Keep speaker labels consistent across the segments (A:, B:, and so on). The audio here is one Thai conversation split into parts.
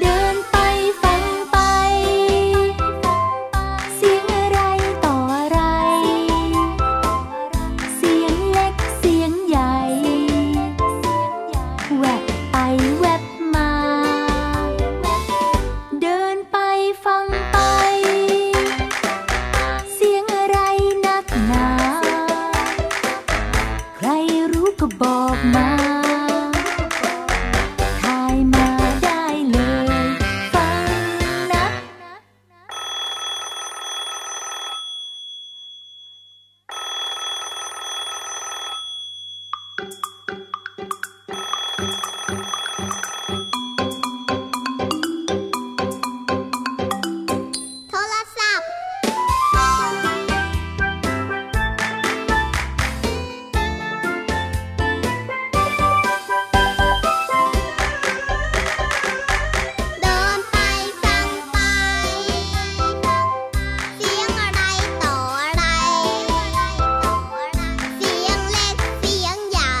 A: เดินไปฟังไป เสียงอะไรต่ออะไร เสียงเล็กเสียงใหญ่ แวบไปแวบมา เดินไปฟังไป เสียงอะไรนักหนา ใครรู้ก็บอกมา ทายมาได้เลย ฟังนะ
B: โทรศัพท์ เดินไปฟังไป เสียงอะไรต่ออะไร เสียงเล็กเสียงใหญ่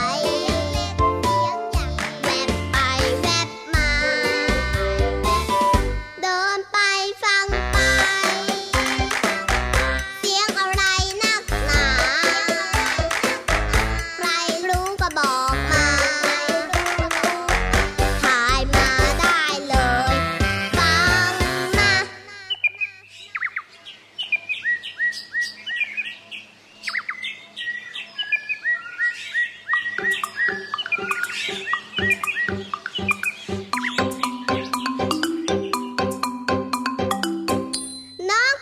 B: แวบไปแวบมา เดินไปฟังไป เสียงอะไรนักหนา ใครรู้ก็บอกมา ถ่ายมาได้เลย ฟังนะ น้อง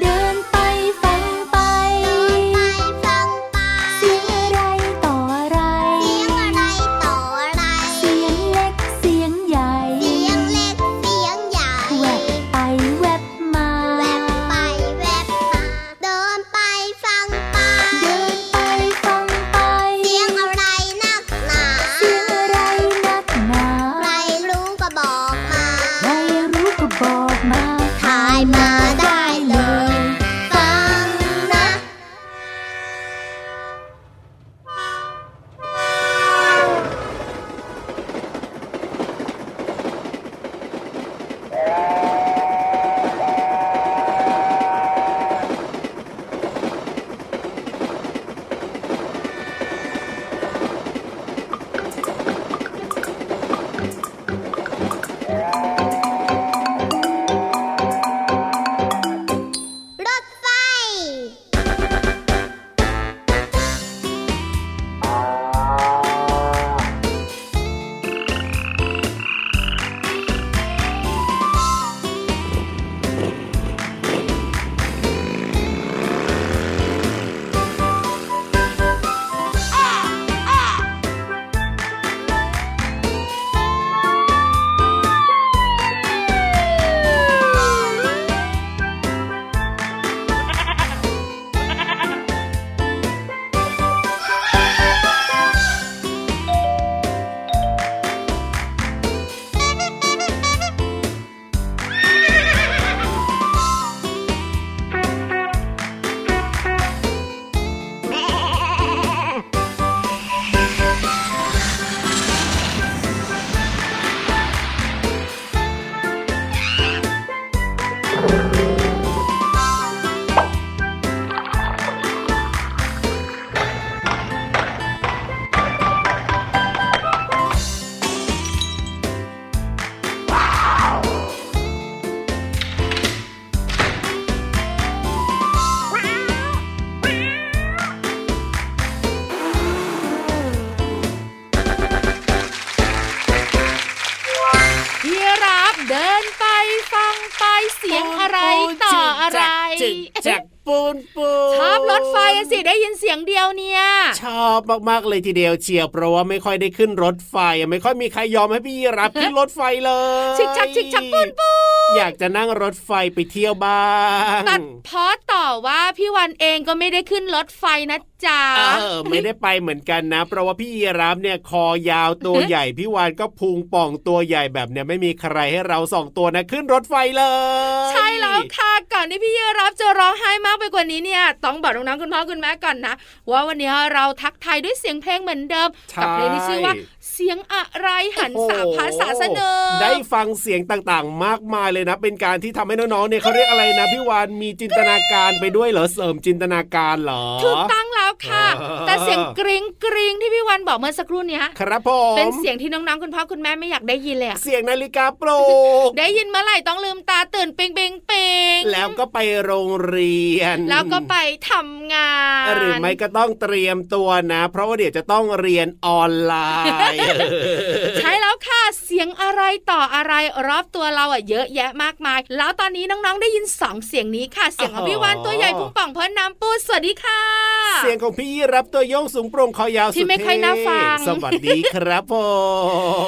A: เดินไปฟังไป
B: ไปฟังไป
A: เสียงอะไรต่ออะไร
B: เสียงอะไรต่ออะไร
A: เสียงเล็กเสียงใหญ่
B: เสียงเล็กเสียงใหญ่
A: แวบไปแวบมา
B: แวบไปแวบมา เดินไปฟังไป
A: เดินไปฟังไป
B: เสียงอะไรนักหนา
A: เสียงอะไรนักหนา
B: ใครรู้ก็บอกมา
A: ไม่รู้ก็บอกมา
B: ถ่ายมาได้เลย ฟังนะ รถไฟ
C: พี่รับเดินไปฟังไปเสียงอะไรต่ออะไร
D: จิกจัก
E: ปูนปูน
C: ชอบรถไฟอะสิได้ยินเสียงเดียวเนี่ย
E: ชอบมากๆเลยทีเดียวเชียวเพราะว่าไม่ค่อยได้ขึ้นรถไฟอะไม่ค่อยมีใครยอมให้พี่ยีรับขึ้นรถไฟเลย
C: ชิกชักชิกชักปูนปูน
E: อยากจะนั่งรถไฟไปเที่ยวบ้าง
C: ตัดเพอต่อว่าพี่วันเองก็ไม่ได้ขึ้นรถไฟนะจ๊ะ
E: เออไม่ได้ไปเหมือนกันนะ เพราะว่าพี่ยีรับเนี่ยคอยาวตัวใหญ่ พี่วานก็พุงป่องตัวใหญ่แบบเนี้ยไม่มีใครให้เราสองตัวนะขึ้นรถไฟเลย
C: ใช่แล้วค่ะก่อนที่พี่เยรับจะร้องไห้มากไปกว่านี้เนี่ย ต้องบอกน้องๆคุณพ่อคุณแม่ก่อนนะ ว่าวันนี้เราทักทายด้วยเสียงเพลงเหมือนเดิม
E: ใช่
C: กัเพลงที่ชื่อว่า เสียงอะไรหันสาภาษาเสนอ
E: ได้ฟังเสียงต่างๆ มากมายเลยนะ เป็นการที่ทำให้น้องๆเนี่ยเขาเรียกอะไรนะพี่วานมีจินตนาการไปด้วยเหรอเสริมจินตนาการเหรอ
C: ถูกต้องแล้วค่ะ
E: เออ
C: แต่เสียงกริ๊งกริ๊งที่พี่วันบอกเมื่อสักครู่เนี้ย
E: ครับผม
C: เป็นเสียงที่น้องๆคุณพ่อคุณแม่ไม่อยากได้ยินเลยอะ
E: เสียงนาฬิกาปลุก
C: ได้ยินเมื่อไหร่ต้องลืมตาตื่นเปงเปงเปง
E: แล้วก็ไปโรงเรียน
C: แล้วก็ไปทำงาน
E: หรือไม่ก็ต้องเตรียมตัวนะ เพราะว่าเดี๋ยวจะต้องเรียนออนไลน์
C: ใช่แล้วค่ะ เสียงอะไรต่ออะไรรอบตัวเราอ่ะเยอะแยะมากมาย แล้วตอนนี้น้องๆได้ยินสองเสียงนี้ค่ะ เสียงของพี่วาน
E: อ๋อ
C: ตัวใหญ่พุงป่องเพิ่นน้ำปูสวัสดีค่ะ
E: เสียงของพี่รับตัวโยงสูงโปร่งคอยาว
C: ที่
E: สุด
C: ไม่ค่อยน่า
E: เท่
C: ฟัง
E: สวัสดีครับผ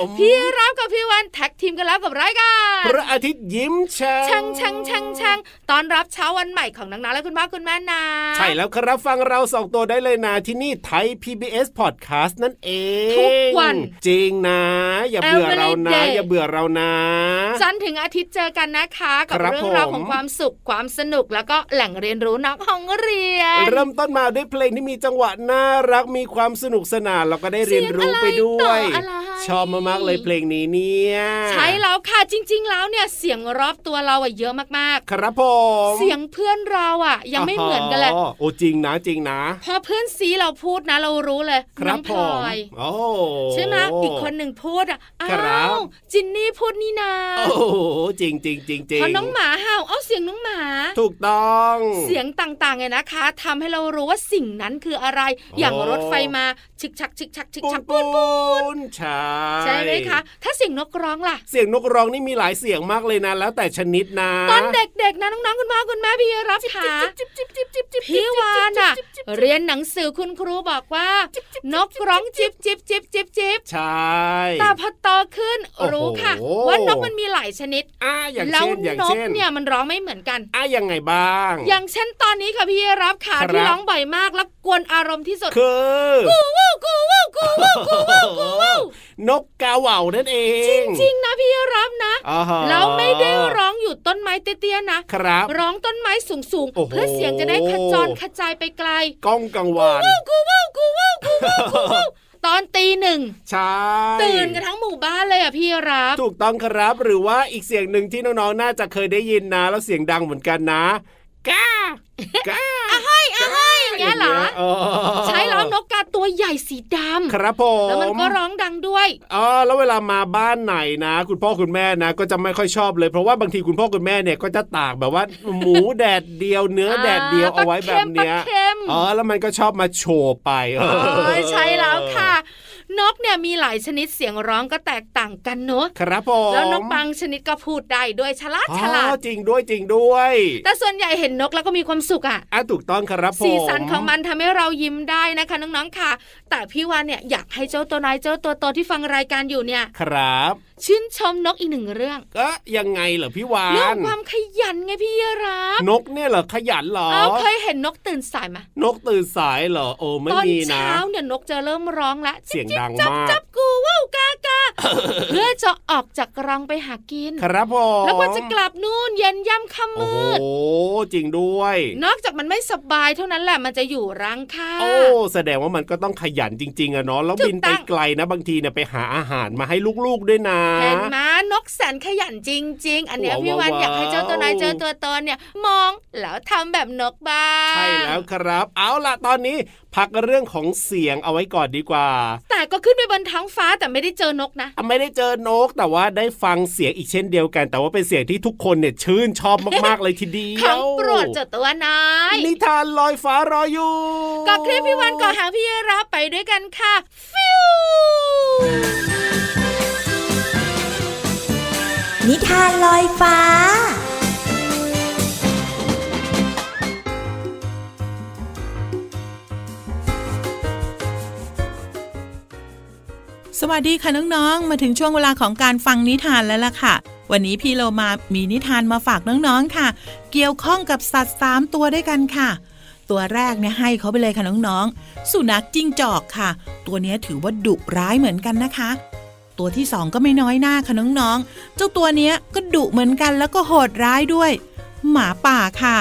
E: ม
C: พี่รับกับพี่วานแท็กทีมกันแล้วกับรายการ
E: พระอาทิตย์ยิ้มแฉ่
C: ชังชังชังชังตอนรับเช้าวันใหม่ของน้องๆและคุณพ่อคุณแม่นะ
E: ใช่แล้วครับฟังเราสองตัวได้เลยนะที่นี่ไทย PBS Podcast นั่นเอง
C: ทุกวัน
E: จริงนะ อย่าเบื่อ
C: Every
E: เรานะ
C: day
E: อย่าเบื่อเรานะ
C: จันทร์ถึงอาทิตย์เจอกันนะคะ กับ
E: ครับ
C: เรื่องราว
E: ผม
C: ของความสุขความสนุกแล้วก็แหล่งเรียนรู้นอกห้องเรียน
E: เริ่มต้นมาด้วยเพลงที่มีจังหวะน่ารักมีความสนุกสนานเราก็ได้เรียนรู้ไปด้วย
C: เสียงอะไรต่ออะไร
E: ชอบมากๆเลยเพลงนี้เนี่ย
C: ใช่แล้วค่ะจริง ๆ แล้วเนี่ยเสียงรอบตัวเราอ่ะเยอะมากๆ
E: ครับผม
C: เสียงเพื่อนเราอ่ะ ยังไม่เหมือนกันเลย
E: โอ้จริงนะจริงนะ
C: พอเพื่อนซีเราพูดนะเรารู้เลย
E: ค
C: น้
E: รั
C: อบ งพ
E: ผ
C: ลอ
E: ม
C: ย
E: โอ้
C: ใช่ไหมอีกคนหนึ่งพูดอ่ะอ้า
E: ครับ
C: วจินนี่พูดนี่นา
E: โอ้โหจริงจริงจริงจริง
C: พอน้องหมาเห่าเอาเสียงน้องหมา
E: ถูกต้อง
C: เสียงต่างๆเนี่ยนะคะทำให้เรารู้ว่าสิ่งนั้นคืออะไร อย่างรถไฟมาชึกชักชึกชักชึก
E: ปู
C: ชั
E: น
C: ก
E: ปู
C: ปุ๊บ
E: นใช่
C: ใช่ไหมคะ ถ้าเสียงนกร้องล่ะ
E: เสียงนกร้องนี่มีหลายเสียงมากเลยนะ แล้วแต่ชนิดนะ
C: ตอนเด็กๆนะน้องๆคุณพ่อคุณแม่พี่รับค่ะพี่วานอ่ะเรียนหนังสือคุณครูบอกว่า นกร้องจิบจิบจิบจิบจิบ
E: ใช่
C: แต่พอโตขึ้น
E: โอ้โห
C: รู้ค่ะ ว่านกมันมีหลายชนิด
E: อ่าอย่าง
C: แล้ว
E: เช่นอย่าง
C: นก
E: เช่น
C: เนี่ยมันร้องไม่เหมือนกัน
E: อ่ายังไงบ้าง
C: อย่างเช่นตอนนี้ค่ะพี่รับค่ะ
E: ครับ
C: ที่ร้องบ่อยมากและกวนอารมณ์ที่สุด
E: คือ
C: กูวู้กูวู้กูวู้กูวู้กูวู้
E: นกกาเหว่านั่นเอง
C: จริงๆนะพี่รับนะ
E: อ่าฮะ
C: แล้วไม่ได้ร้องอยู่ต้นไม้เตี้ยๆนะ
E: ครับ
C: ร้องต้นไม้สูงสูงๆ
E: โอ้โห
C: เพื่อเสียงจะได้ขจรขจายไปไกล
E: ก้องกังวาน
C: กูว้าวกูว้าวกูว้าวกู ว้าวตอนตีหนึ่ง
E: ใช่
C: ตื่นกันทั้งหมู่บ้านเลยอ่ะพี่รับ
E: ถูกต้องครับหรือว่าอีกเสียงหนึ่งที่น้องๆน่าจะเคยได้ยินนะ แล้วเสียงดังเหมือนกันนะกากา
C: อย่างเงี้ยเหร
E: า
C: อ
E: งงี้ยอ๋อ
C: ใช้แล้วนกกาตัวใหญ่สีดำ
E: ครับผม
C: แล้วมันก็ร้องดังด้วย
E: อ๋อแล้วเวลามาบ้านไหนนะ คุณพ่อคุณแม่นะ ก็จะไม่ค่อยชอบเลยเพราะว่าบางทีคุณพ่อคุณแม่เนี่ยก็จะตากแบบว่า หมูแดดเดียวเนื้อแดดเดียวเอาไว้แบบเนี้ย
C: ปลาเค็มปลาเค็ม
E: อ๋อแล้วมันก็ชอบมาโชว์ไปเอ
C: เอ
E: อ
C: อใช่แล้วค่ะ นกเนี่ยมีหลายชนิดเสียงร้องก็แตกต่างกันเนอะ
E: ครับผม
C: แล้วนกบางชนิดก็พูดได้ด้วยฉลาด
E: อ๋อ
C: ฉลาด
E: จริงด้วยจริงด้วย
C: แต่ส่วนใหญ่เห็นนกแล้วก็มีความสุขอ่ะ
E: อ่ะถูกต้องครับผม
C: สีสันของมันทำให้เรายิ้มได้นะคะน้องๆค่ะ แต่พี่วานเนี่ยอยากให้เจ้าตัวนายเจ้าตัวโตที่ฟังรายการอยู่เนี่ย
E: ครับ
C: ชื่นชมนกอีกหนึ่งเรื่อง
E: ก็ยังไงเหรอพี่วา
C: เรื่อง
E: น
C: ความขยันไงพี่รับ
E: นกเนี่ยเหรอขยันเหรอ
C: เอาเคยเห็นนกตื่นสายไหม
E: นกตื่นสายเหรอโอ้ไม่
C: ตอน
E: มีนะ
C: เช้าเนี่ยนกจะเริ่มร้องละ
E: เสียงดัง
C: จับ
E: มาก
C: จับจับกูว้าวกา กาเพื่อจะออกจากรังไปหากิน
E: ครับผม
C: แล้วก็จะกลับนู่นเย็นย่ำค่ำ
E: โอ้
C: มื
E: โห
C: ด
E: จริงด้วย
C: นอกจากมันไม่สบายเท่านั้นแหละมันจะอยู่รังค่ะ
E: โอ้แสดงว่ามันก็ต้องขยันจริง ๆอะเนาะแล้ว
C: ถูก
E: บินไป
C: ต้อง
E: ไกลนะ บางทีเนี่ยไปหาอาหารมาให้ลูกๆด้วยนะ
C: เห็นมานกแสนขยันจริง ๆ อันเนี้ย
E: ว้าว
C: พี่วัน
E: ว้าว
C: อยากให้เจ้าตัวนายเจอตัวตนเนี่ย มองแล้วทำแบบนกบ้าง
E: ใช่แล้วครับ เอาล่ะตอนนี้ พักเรื่องของเสียงเอาไว้ก่อนดีกว่า
C: แต่ก็ขึ้นไปบนท้องฟ้าแต่ไม่ได้เจอนกนะ
E: อ่ะไม่ได้เจอนกแต่ว่าได้ฟังเสียงอีกเช่นเดียวกัน แต่ว่าเป็นเสียงที่ทุกคนเนี่ยชื่นชอบมากๆเลยทีเดียว
C: ของโปรดเจ้าตัวนาย
E: นิทานลอยฟ้ารออยู่
C: ก็คลิปพี่วันก่อหางพี่รับไปด้วยกันค่ะ ฟิว
F: นิทานลอยฟ้า สวัสดีค่ะน้องๆ มาถึงช่วงเวลาของการฟังนิทานแล้วล่ะค่ะ วันนี้พี่เรามามีนิทานมาฝากน้องๆ ค่ะ เกี่ยวข้องกับสัตว์สามตัวด้วยกันค่ะ ตัวแรกเนี่ยให้เขาไปเลยค่ะน้องๆ สุนัขจิ้งจอกค่ะ ตัวเนี้ยถือว่าดุร้ายเหมือนกันนะคะ ตัวที่สองก็ไม่น้อยหน้าค่ะน้องๆ เจ้าตัวเนี้ยก็ดุเหมือนกันแล้วก็โหดร้ายด้วย หมาป่าค่ะ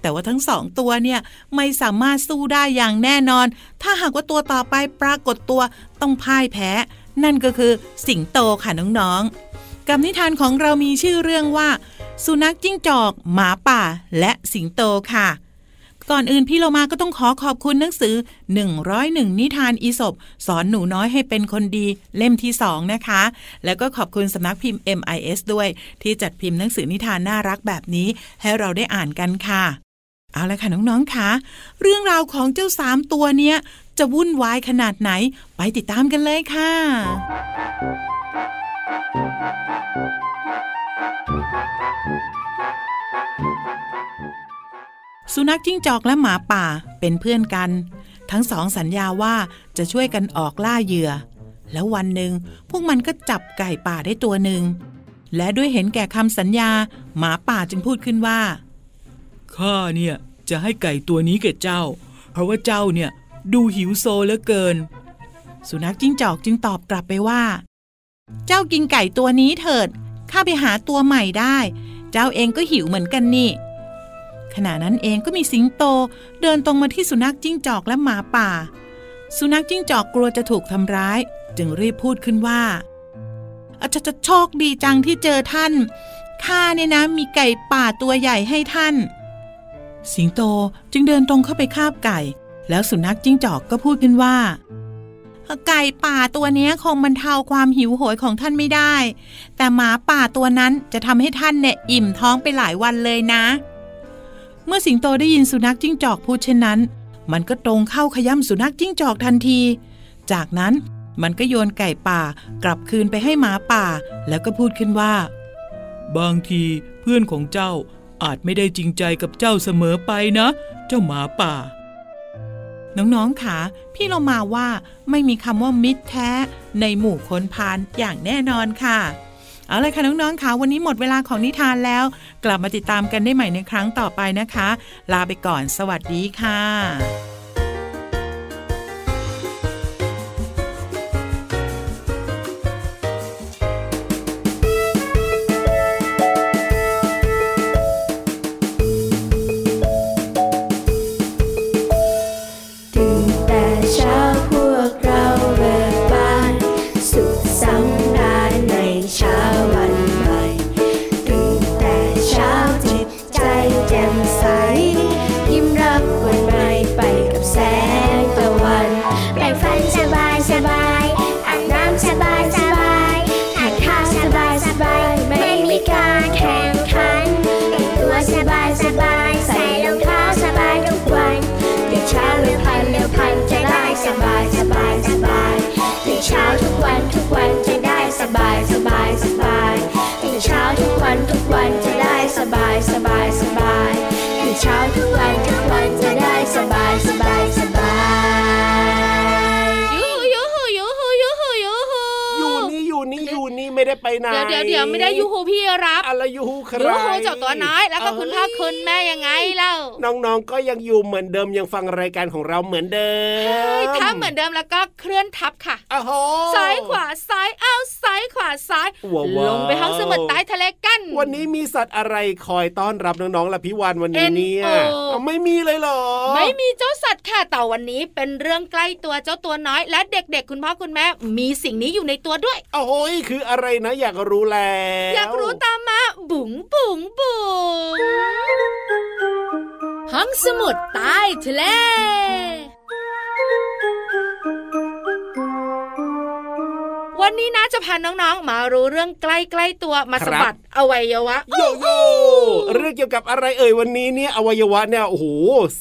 F: แต่ว่าทั้งสองตัวเนี่ยไม่สามารถสู้ได้อย่างแน่นอน ถ้าหากว่าตัวต่อไปปรากฏตัวต้องพ่ายแพ้ นั่นก็คือสิงโตค่ะน้องๆ กับนิทานของเรามีชื่อเรื่องว่า สุนัขจิ้งจอก หมาป่า และสิงโตค่ะ ก่อนอื่นพี่โลมาก็ต้องขอขอบคุณหนังสือ 101 นิทานอีสบสอนหนูน้อยให้เป็นคนดีเล่มที่ 2 นะคะ แล้วก็ขอบคุณสำนักพิมพ์ MIS ด้วย ที่จัดพิมพ์หนังสือนิทานน่ารักแบบนี้ ให้เราได้อ่านกันค่ะ เอาละค่ะน้องๆค่ะเรื่องราวของเจ้าสามตัวเนี้ยจะวุ่นวายขนาดไหนไปติดตามกันเลยค่ะ สุนัขจิ้งจอกและหมาป่าเป็นเพื่อนกัน ทั้งสองสัญญาว่าจะช่วยกันออกล่าเหยื่อ แล้ววันหนึ่งพวกมันก็จับไก่ป่าได้ตัวหนึ่ง และด้วยเห็นแก่คำสัญญา หมาป่าจึงพูดขึ้นว่า ข้าเนี่ยจะให้ไก่ตัวนี้แก่เจ้า เพราะว่าเจ้าเนี่ยดูหิวโซเหลือเกิน สุนัขจิ้งจอกจึงตอบกลับไปว่า เจ้ากินไก่ตัวนี้เถิด ข้าไปหาตัวใหม่ได้ เจ้าเองก็หิวเหมือนกันนี่ ขณะนั้นเองก็มีสิงโตเดินตรงมาที่สุนัขจิ้งจอกและหมาป่า สุนัขจิ้งจอกกลัวจะถูกทำร้าย จึงรีบพูดขึ้นว่าอาจจะโชคดีจังที่เจอท่าน ข้าเนี่ยนะมีไก่ป่าตัวใหญ่ให้ท่าน สิงโตจึงเดินตรงเข้าไปคาบไก่ แล้วสุนัขจิ้งจอกก็พูดขึ้นว่า ไก่ป่าตัวเนี้ยคงบรรเทาความหิวโหยของท่านไม่ได้ แต่หมาป่าตัวนั้นจะทำให้ท่านเนี่ยอิ่มท้องไปหลายวันเลยนะ เมื่อสิงโตได้ยินสุนัขจิ้งจอกพูดเช่นนั้น มันก็ตรงเข้าขย้ำสุนัขจิ้งจอกทันที จากนั้นมันก็โยนไก่ป่ากลับคืนไปให้หมาป่า แล้วก็พูดขึ้นว่า บางทีเพื่อนของเจ้าอาจไม่ได้จริงใจกับเจ้าเสมอไปนะ เจ้าหมาป่า น้องๆค่ะพี่เรามาว่าไม่มีคำว่ามิตรแท้ ในหมู่คนพานอย่างแน่นอนค่ะ เอาเลยค่ะน้องๆค่ะวันนี้หมดเวลาของนิทานแล้ว กลับมาติดตามกันได้ใหม่ในครั้งต่อไปนะคะ ลาไปก่อนสวัสดีค่ะ
G: ตื่นแต่เช้าพวกเราเบิกบาน สุขสำราญในเช้าวันใหม่ ตื่นแต่เช้าจิตใจแจ่มใส ยิ้มรับวันใหม่ไปกับแสงตะวัน
H: แปรงฟันสบายสบายอาบน้ำสบายสบายทานข้าวสบายสบายไม่มีการแข่งขันแต่งตัวสบายสบายใส่รองเท้าสบายทุกวันตื่นเช้าเร็วพันเร็วพันจะได้สบายสบายสบายตื่นเช้าทุกวันทุกวันจะได้สบายสบายสบายตื่นเช้าทุกวันทุกวันจะได้สบายสบายสบายตื่นเช้าทุกวันทุกวันจะได้สบายสบายสบาย
C: ยูฮูยูฮูยูฮูยูฮูยูฮู
E: อยู่นี่อยู่นี่อยู่นี่ไม่ได้ไปไหน
C: เดี๋ยวเดี๋ยวเดี๋ยวไม่ได้ยูฮูพี่รับ
E: อะไรยูฮูใคร
C: ยูฮูเจ้าตัวน้อยแล้วก็คุณพ่อคุณแม่ยังไงเล่า
E: น้องๆก็ยังอยู่เหมือนเดิมยังฟังรายการของเราเหมือนเดิม
C: เอ้ยถ้าเหมือนเดิมแล้วก็เคลื่อนทับค่ะ
E: อ้าวโห
C: ซ้ายขวาซ้ายอ้าวซ้ายขวาซ้าย
E: ว้าว
C: ลงไปห้องสมุดใต้ทะเลกัน
E: วันนี้มีสัตว์อะไรคอยต้อนรับน้องๆล่ะพี่วานวันนี้เนี่ยเอาไม่มีเลยเหรอ
C: ไม่มีเจ้าสัตว์ค่ะแต่วันนี้เป็นเรื่องใกล้ตัวเจ้าตัวน้อย และเด็กๆ คุณพ่อคุณแม่ มีสิ่งนี้อยู่ในตัวด้วย
E: โอ้โหยคืออะไรนะอยากรู้แล้ว
C: อยากรู้ตามมาบุ๋งบุ๋งบุ๋งห้องสมุดใต้ทะเล วันนี้นะจะพาน้องๆ มารู้เรื่องใกล้ๆตัวมาสะบัดอวัยวะ
E: โยโย่เรื่องเกี่ยวกับอะไรเอ่ยวันนี้เนี่ยอวัยวะเนี่ยโอ้โห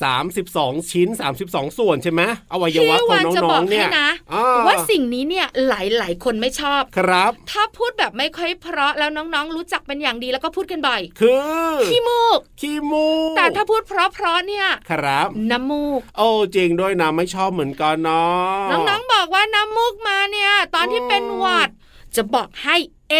E: สามสิบสองชิ้นสามสิบสองส่วนใช่ไหมอวัยวะของ
C: พี่วานจะ
E: น้
C: บ
E: อ
C: อก
E: งๆเนี่ย
C: ให้นะ
E: อ่
C: ว่าสิ่งนี้เนี่ยหลายๆ คนไม่ชอบ
E: ครับ
C: ถ้าพูดแบบไม่ค่อยเพราะแล้วน้องๆ รู้จักเป็นอย่างดีแล้วก็พูดกันบ่อย
E: คือ
C: ขี้มูก
E: ขี้มูก
C: แต่ถ้าพูดเพราะๆเนี่ย
E: ครับ
C: น้ำมูก
E: โอ้จริงด้วยนะไม่ชอบเหมือนกันเนาะ
C: น้องๆ บอก บอกว่าน้ำมูกมาเนี่ย ตอนที่เป็นหวัด จะบอกให้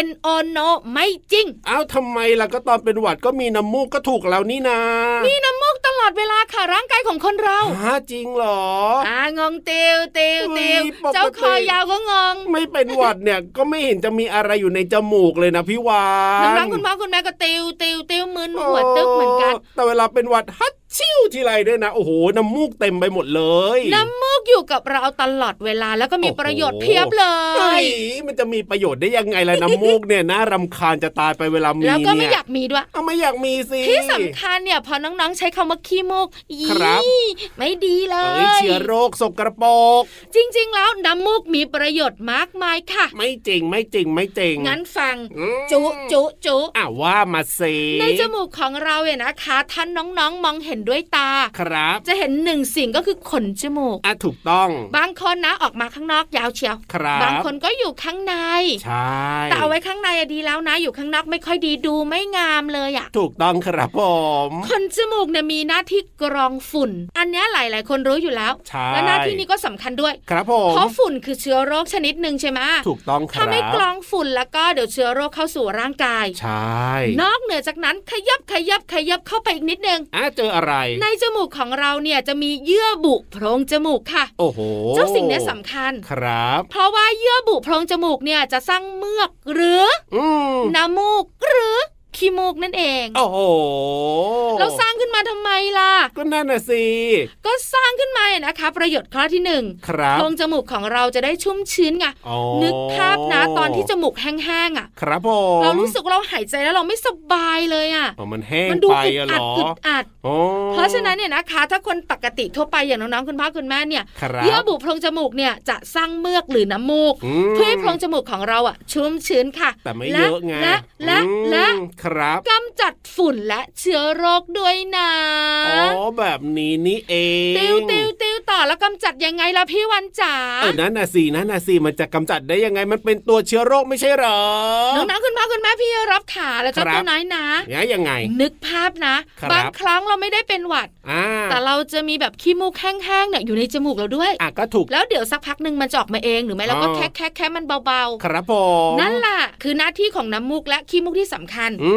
C: n o no ไม่จริง
E: อ้าวทำไมล่ะก็ตอนเป็นหวัดก็มีน้ำมูกก็ถูกแล้วนี่นะ
C: มีน้ำมูกตลอดเวลาค่ะร่างกายของคนเรา
E: ฮะจริงเหรอ
C: อ่างงเตียวเตียวเตียว
E: อุ๊ยปกติ
C: เจ้าคอยาวก็งง
E: ไม่เป็นหวัดเนี่ยก็ไม่เห็นจะมีอะไรอยู่ในจมูกเลยนะพี่วาน
C: น้องๆคุณพ่อคุณแม่ก็เตียวเตียวเตียวมึนหัวตึ๊กเหมือนกัน
E: โแต่เวลาเป็นหวัดฮัดชิ่วทีไรด้วยนะโอ้โหน้ำมูกเต็มไปหมดเลย
C: น้ำมูกอยู่กับเราตลอดเวลาแล้วก็มีประโยชน์เพียบเล
E: เฮ้
C: ย
E: ยมันจะมีประโยชน์ได้ยังไงล่ะน้ำมูกเนี่ยน่ารำคาญจะตายไปเวลามี
C: แล้วก็ไม่
E: เนี่
C: อยากมีด้วย
E: เอาไม่อยากมีสิ
C: ที่สำคัญเนี่ยพอน้องๆใช้คำว่าขี้มูกยี
E: ครับ
C: ไม่ดีเล
E: เอ้
C: ย
E: ยเชื้อโรคสกรปรก
C: จริง ๆ แล้วน้ำมูกมีประโยชน์มากมายค่ะ
E: ไม่จริงไม่จริงไม่จริง
C: งั้นฟัง
E: อืม
C: จุจุจุ
E: อ่ะว่ามาสิ
C: ในจมูกของเราเนี่ยนะคะท่านน้องๆ มองเห็นด้วยตา
E: ครับ
C: จะเห็นหนึ่งสิ่งก็คือขนจมูก
E: อ่ะถูกต้อง
C: บางคนนะออกมาข้างนอกยาวเชียว
E: ครับ
C: บางคนก็อยู่ข้างใน
E: ใช่
C: แต่เอาไว้ข้างในอะดีแล้วนะ อยู่ข้างนอกไม่ค่อยดีดูไม่งามเลยอะ
E: ถูกต้องครับผม
C: ขนจมูกเนี่ยมีหน้าที่กรองฝุ่น อันเนี้ยหลาย ๆ คนรู้อยู่แล้ว
E: ใช่
C: และหน้าที่นี้ก็สำคัญด้วย
E: ครับผม
C: เพราะฝุ่นคือเชื้อโรคชนิดหนึ่งใช่ไหม
E: ถูกต้องครั
C: ถ้า
E: บ
C: ไม่กรองฝุ่นแล้วก็เดี๋ยวเชื้อโรคเข้าสู่ร่างกาย
E: ใช่
C: นอกเหนือจากนั้นขยับขยับขยับเข้าไปอีกนิดนึง
E: อ่ะเจออะไร
C: ในจมูกของเราเนี่ยจะมีเยื่อบุโพรงจมูกค่ะ
E: โอ้โห
C: เจ้าสิ่งเนี้ยสำคัญ
E: ครับ
C: เพราะว่าเยื่อบุโพรงจมูกเนี่ยจะสร้างเมือกหรือ
E: อืม
C: น้ำมูกหรือขี้มูกนั่นเอง
E: โอ้โห
C: เราสร้างขึ้นมาทำไมล่ะ
E: ก็นั่นน่ะสิ
C: ก็สร้างขึ้นมาเนี่ยนะคะ ประโยชน์ข้อที่หนึ่ง
E: ครับ
C: โพรงจมูกของเราจะได้ชุ่มชื้นไง
E: อ๋อ
C: นึกภาพนะตอนที่จมูกแห้งๆอ่ะ
E: ครับผม
C: เรารู้สึกเราหายใจแล้วเราไม่สบายเลยอ่ะ
E: อ๋อมันแห้ง
C: มันดู
E: ไป
C: อ
E: อะเหรอ
C: ึดอัดอึดอัด
E: อ๋อ
C: เพราะฉะนั้นเนี่ยนะคะ ถ้าคนปกติทั่วไปอย่างน้องๆคุณพ่อคุณแม่เนี่ย
E: ครับ
C: เยื่อบุโพรงจมูกเนี่ยจะสร้างเมือกหรือน้ำมูก
E: อืม
C: เพื่อให้โพรงจมูกของเราอ่ะ ชุ่มชื้นค่ะ
E: แต่ไม่
C: ล
E: เยอะไง
C: และและ
E: อืม
C: และ
E: ครับ
C: กำจัดฝุ่นและเชื้อโรคด้วยนะ
E: อ๋อแบบนี้นี่เอง
C: ติวติวติวต่อแล้วกำจัดยังไงล่ะพี่วันจ๋า
E: เออนั่นน่ะสินั่นน่ะสิมันจะกำจัดได้ยังไงมันเป็นตัวเชื้อโรคไม่ใช่เหรอ
C: น้องๆคุณพ่อคุณแม่พี่รับขาแล้วเจ้า
E: ครับ
C: ตัวน้อยนะ
E: เนี่ยยังไง
C: นึกภาพนะ
E: ครับ
C: บางครั้งเราไม่ได้เป็นหวัด
E: อ่า
C: แต่เราจะมีแบบขี้มูกแห้งๆเนี่ยอยู่ในจมูกเราด้วย
E: อ่ะก็ถูก
C: แล้วเดี๋ยวสักพักหนึ่งมันจะออกมาเองหรือไม่เราก็
E: อ๋อ
C: แคะแคะแคะมันเบา
E: ครับผม
C: ๆ นั่นแหละคือหน้าที่ของน้ำมูกและขี้มูกที่สำคัญ
E: อื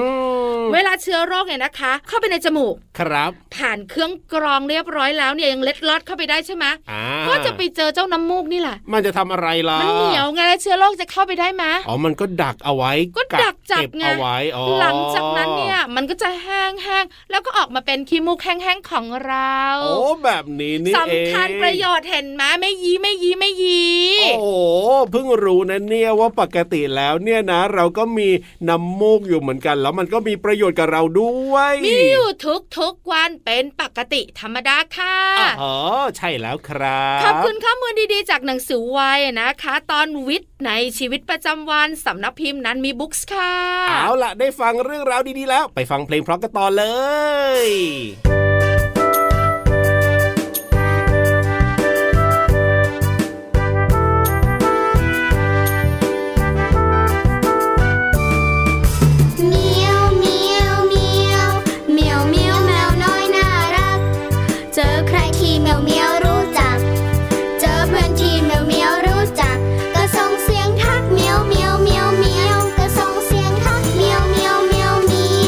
E: ม
C: เวลาเชื้อโรคเนี่ยนะคะ เข้าไปในจมูก
E: ครับ
C: ผ่านเครื่องกรองเรียบร้อยแล้วเนี่ยยังเล็ดลอดเข้าไปได้ใช่ไหม
E: อ่า
C: ก็จะไปเจอเจ้าน้ำมูกนี่แหละ
E: มันจะทำอะไรล่ะ
C: มันเหนียวไงแล้วเชื้อโรคจะเข้าไปได้ไหม
E: อ๋อ มันก็ดักเอาไว้
C: ก็ดักจับ
E: เบ
C: ไง
E: เอาไว้อ๋อ
C: หลังจากนั้นเนี่ยมันก็จะแห้งๆแล้วก็ออกมาเป็นขี้มูกแห้งๆของเรา
E: โอ้แบบนี้นี่เอง
C: สำคัญประโยชน์เห็นไหมไม่ยีไม่ยีไม่ยี
E: โอ้โหเพิ่งรู้นะเนี่ยว่าปกติแล้วเนี่ยนะ เราก็มีน้ำมูกอยู่เหมือนกัน แล้วมันก็มีประโยชน์กับเราด้วย
C: มีอยู่ทุกทุกๆวันเป็นปกติธรรมดาค่ะ
E: อ๋อใช่แล้วครับ
C: ขอบคุณข้อมูลดีๆ จากหนังสือวัยนะคะ ตอนวิทย์ในชีวิตประจำวันสำนักพิมพ์นั้นมีบุ๊กส์ค่ะ
E: เอาล่ะได้ฟังเรื่องราวดีๆแล้ว ไปฟังเพลงเพร้อมกันต่อเลย
H: เมียวเมียวเมียวเมียวเมียวแมวน้อยน่ารัก เจอใครที่เมียวเมียวรู้จัก เจอเพื่อนที่เมียวเมียวรู้จัก ก็ส่งเสียงทักเมียวเมียวเมียวเมียวก็ส่งเสียงทักเมียวเมียวเมียวเมียว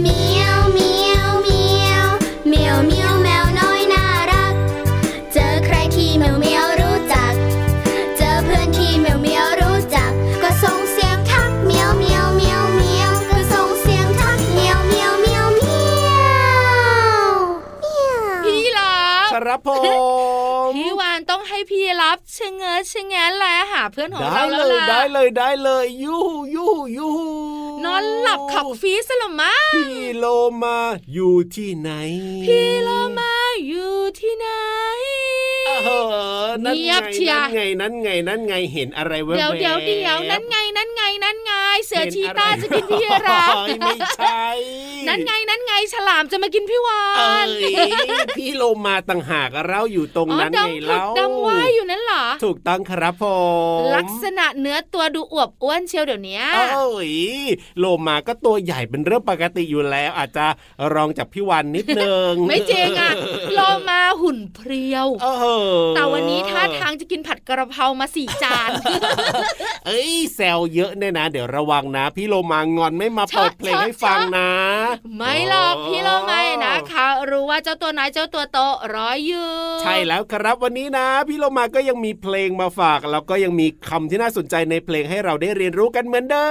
H: เมียวเมียวเมียวเมียวเมียวแมวน้อยน่ารัก เจอใครที่เมียวเมียวรู้จัก เจอเพื่อนที่เมียวเมียวรู้จัก ก็ส่งเสียงทักเมียวเมียวเมียวเมียวก็ส่งเสียงทักเมียวเมียวเมียวเมียวเมียว
C: พี่รับ
E: ครับผม
C: พี่วานต้องให้พี่รับเชงเงอเชงแงนแลหาเพื่อนของ
E: ได้
C: เราแล้
E: เล
C: วย ล่ะ
E: ได้เลยได้เลยยูหูยูหูยูหู
C: นอนหลับขับฟีสละมั้ง
E: พี่โลมาอยู่ที่ไหน
C: พี่โลมาอยู่ที่ไหน
E: เออนั่น
C: เงี
E: ไง
C: ยบเชีย
E: นั่นไงนั่นไงนั่นไงเห็นอะไรแวบๆ
C: เดี๋ยวเดี๋ยวเดี๋ยวนั่นไงนั่นไงนั่นไง เสือชีต้าจะกินพี่รับ
E: เห็นอะไรไม่ใช่
C: นั่นไงนั่นไงฉลามจะมากินพี่วา
E: เอ้
C: น
E: ยพี่โลมาต่างหากเราอยู่ตรง
C: อ๋อ
E: นั้นไง
C: ดำผุด
E: เล่า
C: ดำว่ายอยู่นั่นเหรอ
E: ถูกต้องครับผม
C: ลักษณะเนื้อตัวดูอวบอ้วนเชียวเดี๋ยวนี้
E: โอ้ยโลมาก็ตัวใหญ่เป็นเรื่องปกติอยู่แล้ว อาจจะรองจากพี่วันนิดนึง
C: ไม่จริงอ่ะโลมาหุ่นเพรียว
E: เออ
C: แต่วันนี้ท่าทางจะกินผัดกระเพรามาสี่จาน
E: เอ้ยแซวเยอะเนี่ยนะ เดี๋ยวระวังนะ พี่โลมางอนไม่มา
C: ชอ
E: เปิ
C: บ
E: ดเพลง
C: ชอบ
E: ให้ฟังนะ
C: ไม่หรอกพี่โลไม่นะคะ รู้ว่าเจ้าตัวน้อยเจ้าตัวโตรออยู่
E: ใช่แล้วครับวันนี้นะ พี่โลมาก็ยังมีเพลงมาฝากแล้วก็ยังมีคำที่น่าสนใจในเพลงให้เราได้เรียนรู้กันเหมือนเดิ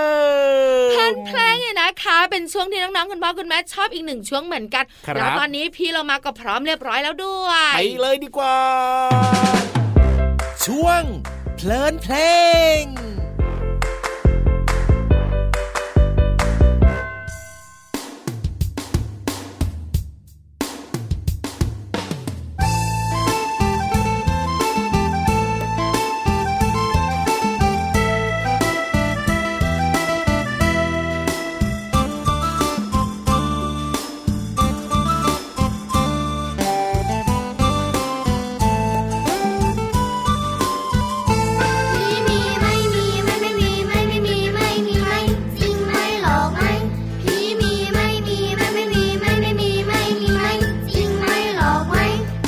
E: ม
C: เพลงเพลงเนี่ยนะคะ เป็นช่วงที่น้องๆคุณพ่อคุณแม่ชอบอีกหนึ่งช่วงเหมือนกัน
E: ครับ
C: แล้วตอนนี้พี่เรามาก็พร้อมเรียบร้อยแล้วด้วย
E: ไปเลยดีกว่า
B: ช่วง เพลินเพลง
H: มีมีไม่มีไม่ไม่มีไม่ไม่มีไม่มีไม่จริงไม่หลอกไม่ผีมีไม่มีไม่ไม่มีไม่ไม่มีไม่มีไม่จริงไม่หลอกไม่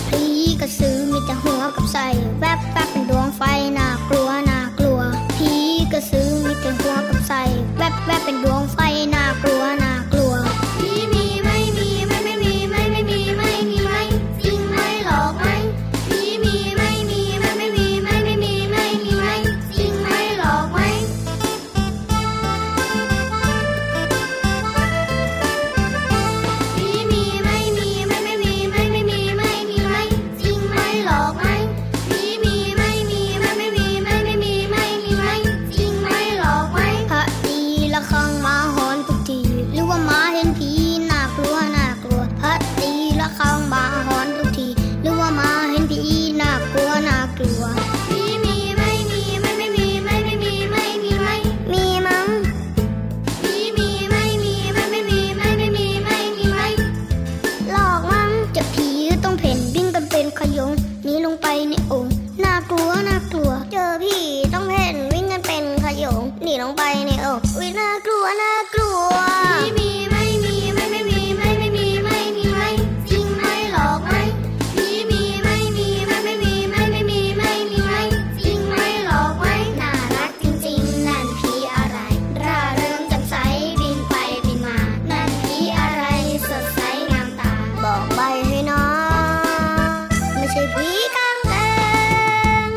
H: ผีกระสือมีแต่หัวกับไส้แวบแวบเป็นดวงไฟน่ากลัวน่ากลัวผีกระสือมีแต่หัวกับไส้แวบแวบเป็นดวงไฟน่ากลัวน่ากลัวผีมีไม่มีไม่ไม่มีไม่ไม่มีไม่มีไม่จริงไม่หลอกไม่ มีมีไม่มีไม่ไม่มีไม่ไม่มีไม่มีไม่จริงไหมหลอกไหม มีมีไม่มีไม่ไม่มีไม่ไม่มีไม่มีไม่จริงไหมหลอกไหม มีมีไม่มีไม่ไม่มีไม่ไม่มีไม่มีไม่จริงไหมหลอกไหมพระตีละครั้งมาหอนทุกทีหรือว่ามาเห็นผีน่ากลัวน่ากลัวพระตีละครั้งมาหอนทุกทีหรือว่ามาเห็นผีน่ากลัวน่ากลัว มีมีไม่มีไม่ไม่มีไม่ไม่มีไม่มีไม่มีมั้ง มีมีไม่มีไม่ไม่มีไม่ไม่มีไม่มีไม่หลอกมั้งจะผีต้องเพ่นวิ่งกันเป็นขโยงหนีลงไปในโอ่งน่ากลัวน่ากลัว เจอผีต้องเพ่นวิ่งกันเป็นขโยงหนีลงไปในโอ่งอุ้ยน่ากลัวน่ากลัว มีมีไม่มีไม่ไม่มีไม่ไม่มีไม่มีไม่จริงไหมหลอกไหม มีมีไม่มีไม่ไม่มีไม่ไม่มีไม่มีไม่จริงไหมหลอกไหมน่ารักจริงๆ นั่นผีอะไร ร่าเริงแจำใสบินไปบินมา นั่นผีอะไรสดใสงามตา บอกใบให้นะไม่ใช่ผีกางเกง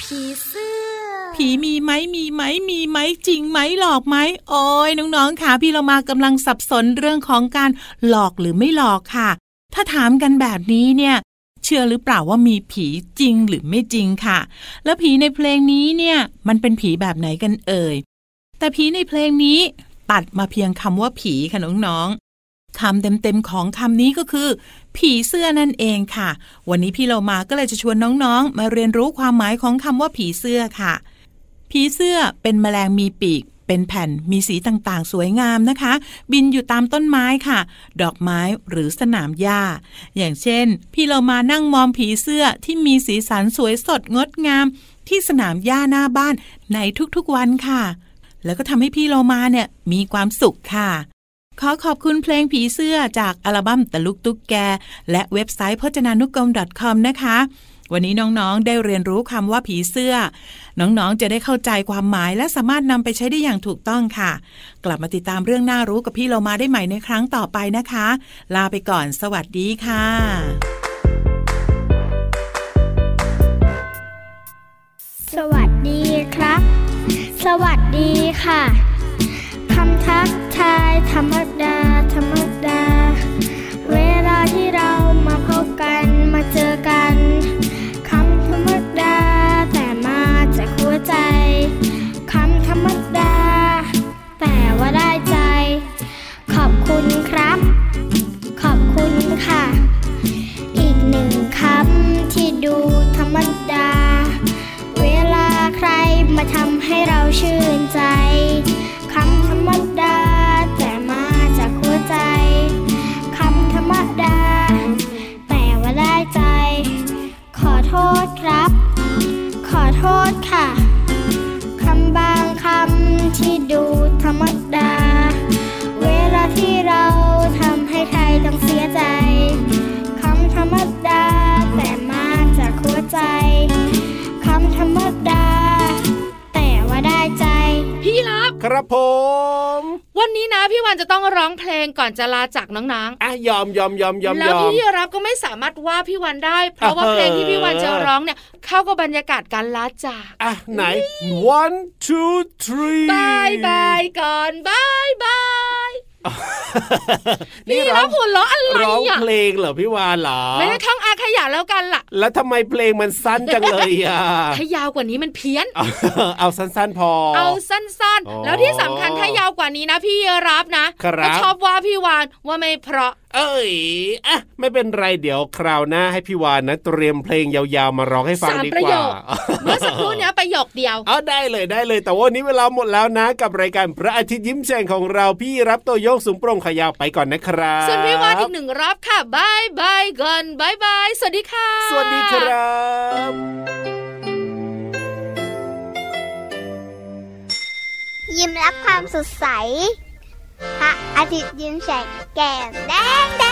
H: ผีเสื้อ
F: ผีมีไหมมีไหมมีไหมจริงไหมหลอกไหมโอ้ยน้องๆค่ะพี่เรามากำลังสับสนเรื่องของการหลอกหรือไม่หลอกค่ะ ถ้าถามกันแบบนี้เนี่ย เชื่อหรือเปล่าว่ามีผีจริงหรือไม่จริงค่ะ แล้วผีในเพลงนี้เนี่ยมันเป็นผีแบบไหนกันเอ่ยแต่ผีในเพลงนี้ตัดมาเพียงคำว่าผีค่ะน้องๆ คำเต็มๆของคำนี้ก็คือ ผีเสื้อนั่นเองค่ะ วันนี้พี่เรามาก็เลยจะชวนน้องๆ มาเรียนรู้ความหมายของคำว่าผีเสื้อค่ะ ผีเสื้อเป็นแมลงมีปีก เป็นแผ่นมีสีต่างๆ สวยงามนะคะ บินอยู่ตามต้นไม้ค่ะ ดอกไม้หรือสนามหญ้า อย่างเช่น พี่เรามานั่งมองผีเสื้อที่มีสีสันสวยสดงดงาม ที่สนามหญ้าหน้าบ้านในทุกๆวันค่ะ แล้วก็ทำให้พี่เรามาเนี่ยมีความสุขค่ะ ขอขอบคุณเพลงผีเสื้อจากอัลบั้มตะลุกตุ๊กแก และเว็บไซต์พจนานุกรม .com นะคะ วันนี้น้องๆ ได้เรียนรู้คำว่าผีเสื้อ น้องๆ จะได้เข้าใจความหมายและสามารถนำไปใช้ได้อย่างถูกต้องค่ะ กลับมาติดตามเรื่องน่ารู้กับพี่เรามาได้ใหม่ในครั้งต่อไปนะคะ ลาไปก่อนสวัสดีค่ะ
H: สวัสดีครับ สวัสดีค่ะ คำทักทายธรรมดา ธรรมดา เวลาที่เรามาพบกันมาเจอกัน คำธรรมดา แต่มาจากหัวใจ คำธรรมดา แต่ว่าได้ใจ ขอบคุณครับ ขอบคุณค่ะ อีกหนึ่งคำที่ดูธรรมดา เวลาใครมาทำให้เราชื่นใจคำธรรมดาแต่มาจาก
E: ครับผม
C: วันนี้นะพี่วานจะต้องร้องเพลงก่อนจะลาจากน้อง
E: อ่ะยอมยอมยอมยอม
C: ๆแล้ว
E: ยอม
C: พี่รับก็ไม่สามารถว่าพี่วานได้ เพราะว่า
E: อ่าฮะ
C: เพลงที่พี่วานจะร้องเนี่ยเข้ากับบรรยากาศการลา จาก
E: อ่ะไหน one two three
C: บายบายก่อนบาย บาย
E: นี่
C: พี่
E: ร้
C: รั
E: อบ ง
C: หัวเราะอะไร
E: ร้อง
C: อ่ะ
E: เพลงเหรอพี่วานเหรอ
C: ไม่ได้ท่องอาขยะแล้วกันล่ะ
E: แล้วทำไมเพลงมันสั้นจังเลย อ่ะ
C: ถ้ายาวกว่านี้มันเพี้ยน
E: เอาเอาสั้นๆพอ
C: เอาสั้น
E: อ๋อ
C: ๆ แล้วที่สำคัญถ้ายาวกว่านี้นะ พี่รับนะครับ ก็ชอบว่าพี่วานว่าไม่เพราะ
E: เอ้ยอ่ะไม่เป็นไรเดี๋ยวคราวหน้าให้พี่วานนะเตรียมเพลงยาวๆมาร้องให้ฟัง
C: สาม
E: ดี
C: ประ
E: ก
C: โย
E: ว่า
C: ค เมื่อสักครู่เนี้ยประโยคเดียว
E: เอาได้เลยได้เลยแต่ว่าวันนี้เวลาหมดแล้วนะ กับรายการพระอาทิตย์ยิ้มแฉ่งของเราพี่รับตัวโยกสูงโปร่งขายาวไปก่อนนะครับ
C: ส่วนพี่วานอีกหนึ่งรอบค่ะบายบายก่อนบายบาย สวัสดีค่ะ
E: สวัสดีครับ
H: ยิ้มรับความสดใส พระอาทิตย์ยิ้มแฉกแก้มแดงแด